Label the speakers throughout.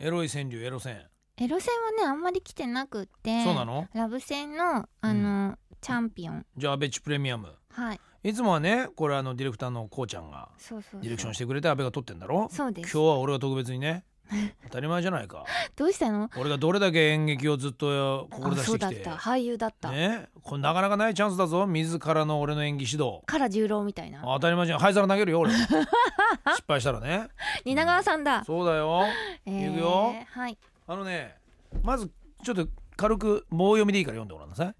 Speaker 1: エロい川柳エロ戦
Speaker 2: エロ戦はねあんまり来てなくって
Speaker 1: そうなの
Speaker 2: ラブ戦のあの、チャンピオン
Speaker 1: じゃあアベッチプレミアム
Speaker 2: はい
Speaker 1: いつもはねこれあのディレクターのこうちゃんが
Speaker 2: そうそうそう
Speaker 1: ディレクションしてくれて安倍が撮ってんだろ
Speaker 2: そうで
Speaker 1: 今
Speaker 2: す
Speaker 1: 日は俺が特別に ね当たり前じゃないか
Speaker 2: どうしたの
Speaker 1: 俺がどれだけ演劇をずっと志
Speaker 2: あ
Speaker 1: し
Speaker 2: そう
Speaker 1: て
Speaker 2: だ
Speaker 1: き
Speaker 2: ってた俳優だった、
Speaker 1: ねこれなかなかないチャンスだぞ自らの俺の演技指導
Speaker 2: から十郎みたいな
Speaker 1: 当たり前じゃん灰皿投げる よ俺失敗したらね
Speaker 2: 蜷川さんだ
Speaker 1: そうだよ
Speaker 2: えー
Speaker 1: いくよ
Speaker 2: はい
Speaker 1: あのねまずちょっと軽く棒読みでいいから読んでごらんなさい、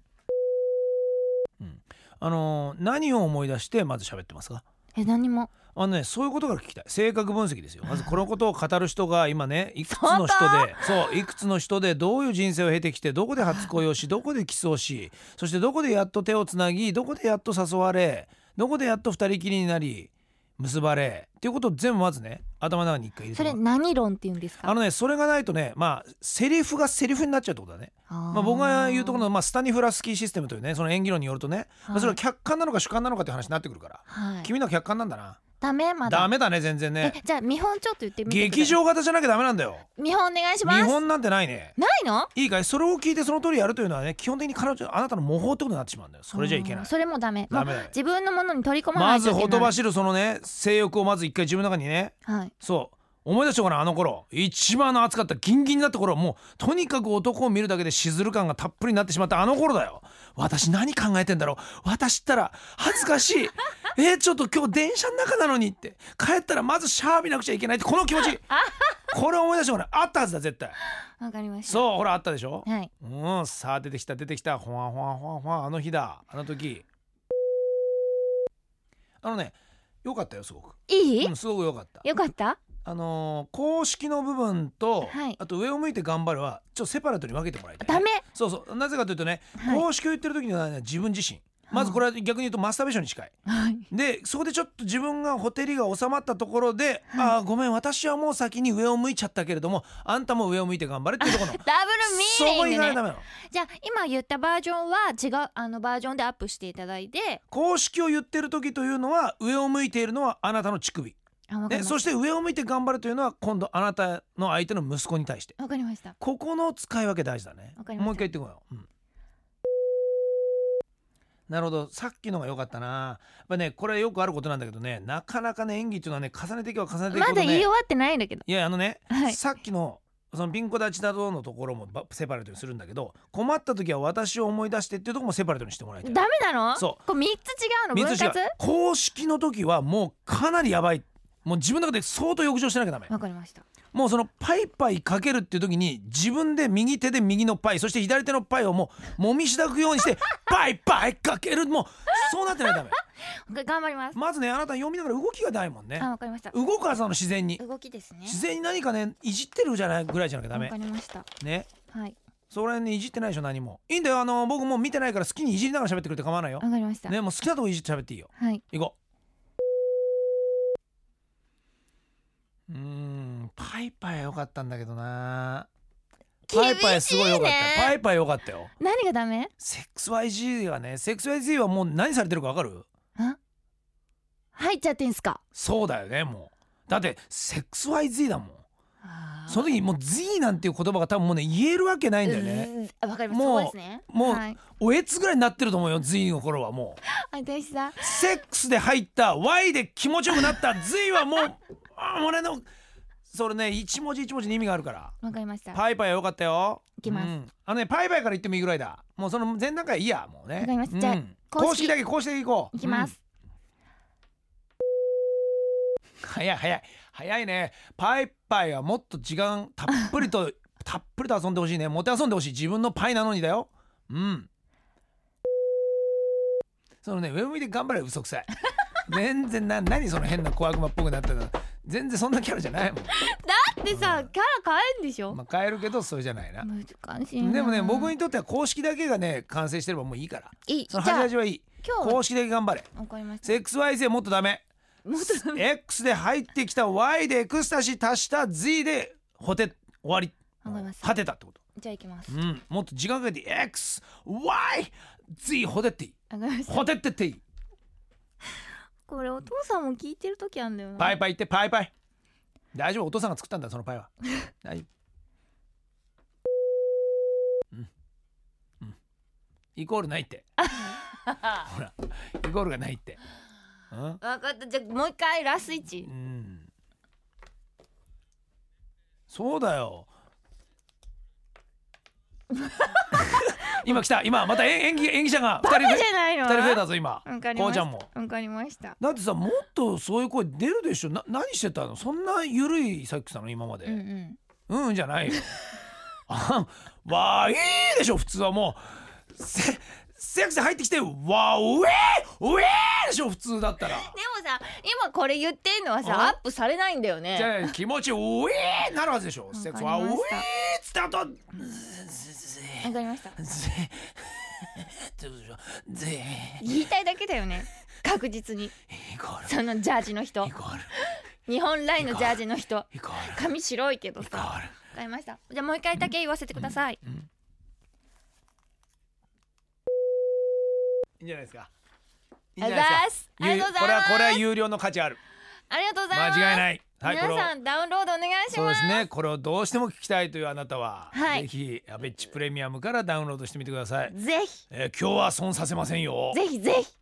Speaker 1: うん、あのー何を思い出してまず喋ってますか
Speaker 2: え何も
Speaker 1: あのねそういうことから聞きたい性格分析ですよまずこのことを語る人が今ねいくつの人でそういくつの人でどういう人生を経てきてどこで初恋をしどこでキスをしそしてどこでやっと手をつなぎどこでやっと誘われどこでやっと二人きりになり結ばれっていうことを全部まずね頭の中に一回入れて
Speaker 2: そ
Speaker 1: もら
Speaker 2: れ
Speaker 1: う
Speaker 2: 何論って言うんですか
Speaker 1: あのねそれがないとねまあセリフがセリフになっちゃうってことだねま
Speaker 2: ま
Speaker 1: あ、僕が言うところの、まあ、スタニフラスキーシステムというねその演技論によるとね、まあ、それは客観なのか主観なのかっていう話になってくるから、
Speaker 2: はい、
Speaker 1: 君のは客観なんだな、
Speaker 2: ダメまだ
Speaker 1: ダメだね全然ね
Speaker 2: えじゃあ見本ちょっと言ってみてください
Speaker 1: 劇場型じゃなきゃダメなんだよ
Speaker 2: 見本お願いし
Speaker 1: 見
Speaker 2: ます
Speaker 1: 本なんてないね
Speaker 2: ないの
Speaker 1: いいかいそれを聞いてその通りやるというのはね基本的に彼女あなたの模倣ってことになってしまうんだよそれじゃいけない
Speaker 2: うんそれもダメ
Speaker 1: ダメ
Speaker 2: もう
Speaker 1: だよ
Speaker 2: 自分のものに取り込まな
Speaker 1: ま
Speaker 2: いと
Speaker 1: ず
Speaker 2: いけない
Speaker 1: ほとばしるそのね性欲をまず一回自分の中にね
Speaker 2: はい
Speaker 1: そう思い出してごらんあの頃一番あの暑かったギンギンだった頃もうとにかく男を見るだけでしずる感がたっぷりになってしまったあの頃だよ私何考えてんだろう私ったら恥ずかしい えーちょっと今日電車の中なのにって帰ったらまずシャー見なくちゃいけないってこの気持ちこれ思い出してごらんあったはずだ絶対
Speaker 2: わかりました
Speaker 1: そうほらあったでしょ
Speaker 2: はい
Speaker 1: うんさあ出てきた出てきたほわほわほわほわあの日だあの時あのねよかったよすごく、
Speaker 2: いい、
Speaker 1: うん、すごくよかった
Speaker 2: よかった
Speaker 1: あのー公式の部分と、
Speaker 2: はい
Speaker 1: あと上を向いて頑張るはちょっとセパレートに分けてもらいたい、
Speaker 2: ダメ
Speaker 1: そうそうなぜかというとね、
Speaker 2: はい
Speaker 1: 公式を言ってる時には、ね、自分自身まずこれは逆に言うとマスターベーションに近い
Speaker 2: はい
Speaker 1: でそこでちょっと自分がほてりが収まったところで「ああごめん私はもう先に上を向いちゃったけれどもあんたも上を向いて頑張れ」っていうところの
Speaker 2: ダブルミー
Speaker 1: こ
Speaker 2: ニ
Speaker 1: い
Speaker 2: ン
Speaker 1: か
Speaker 2: グ
Speaker 1: ないと
Speaker 2: ね
Speaker 1: ダメなの。
Speaker 2: じゃあ今言ったバージョンは違うあのバージョンでアップしていただいて
Speaker 1: 公式を言ってる時というのは上を向いているのはあなたの乳首、
Speaker 2: あわかり
Speaker 1: ね、
Speaker 2: ま
Speaker 1: そ
Speaker 2: し
Speaker 1: して上を向いて頑張るというのは今度あなたの相手の息子に対して
Speaker 2: たわかりました
Speaker 1: ここの使い分け大事だね
Speaker 2: わかりました
Speaker 1: もう一回言ってこよう、うんなるほどさっきのが良かったなやっぱねこれよくあることなんだけどねなかなかね演技っていうのはね重ねていけば重ねていく
Speaker 2: ま
Speaker 1: ほど
Speaker 2: だ言
Speaker 1: ね
Speaker 2: い終わってないんだけど
Speaker 1: いやあのね、
Speaker 2: はい
Speaker 1: さっきのそのピンコ立ちなどのところもばセパレートにするんだけど困った時は私を思い出してっていうところもセパレートにしてもらいたい
Speaker 2: ダメなの
Speaker 1: そう
Speaker 2: これ三つ違うの分
Speaker 1: 水
Speaker 2: 割
Speaker 1: 違う公式の時はもうかなりやばいもう自分の中で相当浴場しなきゃダメ
Speaker 2: わかりました
Speaker 1: もうそのパイパイかけるっていう時に自分で右手で右のパイそして左手のパイをもうもみしだくように してパイパイかけるもうそうなってないとダメ
Speaker 2: が頑張ります
Speaker 1: まずねあなた読みながら動きがないもんね
Speaker 2: あわかりました
Speaker 1: 動くはずなの自然に
Speaker 2: 動きですね
Speaker 1: 自然に何かねいじってるじゃないぐらいじゃなきゃダ
Speaker 2: わ
Speaker 1: メ
Speaker 2: かりました
Speaker 1: ね
Speaker 2: はい
Speaker 1: そこら辺にいじってないでしょ何もいいんだよあの僕もう見てないから好きにいじりながら喋ってくれて構わないよ
Speaker 2: わかりました
Speaker 1: ねもう好きなとこいじって喋っていいよ
Speaker 2: はい
Speaker 1: 行こう。うーん、パイパイは良かったんだけどな。パイパイすごい良かっ
Speaker 2: 厳しい
Speaker 1: た
Speaker 2: ね
Speaker 1: よ。パイパイ良かったよ。
Speaker 2: 何がダメ
Speaker 1: セックス YG はね、セックス YG はもう何されてるかわかる
Speaker 2: あ入っちゃってんすか
Speaker 1: そうだよね、もう。だって、セックス YG だもん。その時にもう Z なんていう言葉が多分もうね、言えるわけないんだよね。
Speaker 2: ねわかります
Speaker 1: も
Speaker 2: そううですね
Speaker 1: もう
Speaker 2: はい
Speaker 1: おえつぐらいになってると思うよ、Z の頃はもう。
Speaker 2: 私さ
Speaker 1: セックスで入った Y で気持ちよくなった Z はもうあ俺のそれね一文字一文字に意味があるから
Speaker 2: わかりましたわ
Speaker 1: パイパイは良かったよ
Speaker 2: いきます
Speaker 1: うんあのねパイパイから言ってもいいぐらいだもうその前段階いいやもうね
Speaker 2: かりました
Speaker 1: うん
Speaker 2: じゃあ
Speaker 1: 公
Speaker 2: 公式
Speaker 1: 式だけ公式だけいこう
Speaker 2: いきます、
Speaker 1: うん早い早い早いねパイパイはもっと時間たっぷり とたっぷりと遊んでほしいねもて遊んでほしい自分のパイなのにだようんそのね上向いて頑張れ嘘くさい全然な何その変な小悪魔っぽくなってるの全然そんなキャラじゃないも ん、
Speaker 2: でさキャラ変えんでしょ
Speaker 1: まあ、変えるけどそれじゃないな
Speaker 2: 難しいな
Speaker 1: でもね僕にとっては公式だけがね完成してればもういいから
Speaker 2: いいじ
Speaker 1: そ
Speaker 2: ゃ
Speaker 1: の端
Speaker 2: あ
Speaker 1: 味はいい
Speaker 2: 今日
Speaker 1: 公式だけ頑張れ
Speaker 2: わかりました
Speaker 1: セックス Y 性もっとダメ
Speaker 2: もっと
Speaker 1: X で入ってきた Y でエクスタシー足した Z でホテ終わり
Speaker 2: わかりました
Speaker 1: 果てたってこと
Speaker 2: じゃあいきます
Speaker 1: うんもっと時間かけて XYZ ホテっていい
Speaker 2: わかりました
Speaker 1: ホテってっていい
Speaker 2: これお父さんも聞いてる時あんだよな
Speaker 1: パイパイ行ってパイパイ大丈夫お父さんが作ったんだそのパイは大丈夫イコールないってほらイコールがないってうん
Speaker 2: 分かったじゃあもう一回ラス1
Speaker 1: うんそうだよ今来た今また演演技演技者が2人増
Speaker 2: じ
Speaker 1: え
Speaker 2: ゃないの
Speaker 1: 二人増えたぞ今
Speaker 2: わかり
Speaker 1: こ
Speaker 2: ま
Speaker 1: う
Speaker 2: し
Speaker 1: ち
Speaker 2: た
Speaker 1: ゃんも
Speaker 2: わかりました
Speaker 1: だってさもっとそういう声出るでしょな何してたのそんなゆるいさっきさんの今まで、
Speaker 2: うんうん
Speaker 1: うんじゃないよ。 あわーいいでしょ普通はもうせセクシー入ってきてわーうえーうえーでしょ普通だったら。
Speaker 2: でもさ今これ言ってんのは
Speaker 1: あ
Speaker 2: さアップされないんだよね
Speaker 1: じゃあ気持ちうえーなるはずでしょ。セクシーは
Speaker 2: わ
Speaker 1: うえ
Speaker 2: かり
Speaker 1: ーっ
Speaker 2: ました
Speaker 1: つった後
Speaker 2: わかりました
Speaker 1: ぜどうでしょうぜ
Speaker 2: 言いたいだけだ よね確実に
Speaker 1: イコー
Speaker 2: そのジャージの人
Speaker 1: ルイコール
Speaker 2: 日本来のジャージの人
Speaker 1: イコール
Speaker 2: 髪白いけど
Speaker 1: イコ
Speaker 2: さ
Speaker 1: ール。
Speaker 2: わかりましたじゃあもう一回だけ言わせてください
Speaker 1: うんいいんじゃないですか。いいん
Speaker 2: あ
Speaker 1: じ
Speaker 2: ざ
Speaker 1: ゃないですか
Speaker 2: ーすありがとうござい
Speaker 1: これは
Speaker 2: ます
Speaker 1: これは有料の価値ある。
Speaker 2: ありがとうござ
Speaker 1: 間
Speaker 2: います
Speaker 1: 違いない。はい、これ
Speaker 2: 皆
Speaker 1: を
Speaker 2: さんダウンロードお願いし
Speaker 1: そう
Speaker 2: ま
Speaker 1: ですすね。これをどうしても聞きたいというあなたは、
Speaker 2: はい
Speaker 1: ぜひアベッチプレミアムからダウンロードしてみてください。
Speaker 2: ぜひ
Speaker 1: えー今日は損させませんよ。
Speaker 2: ぜひぜひ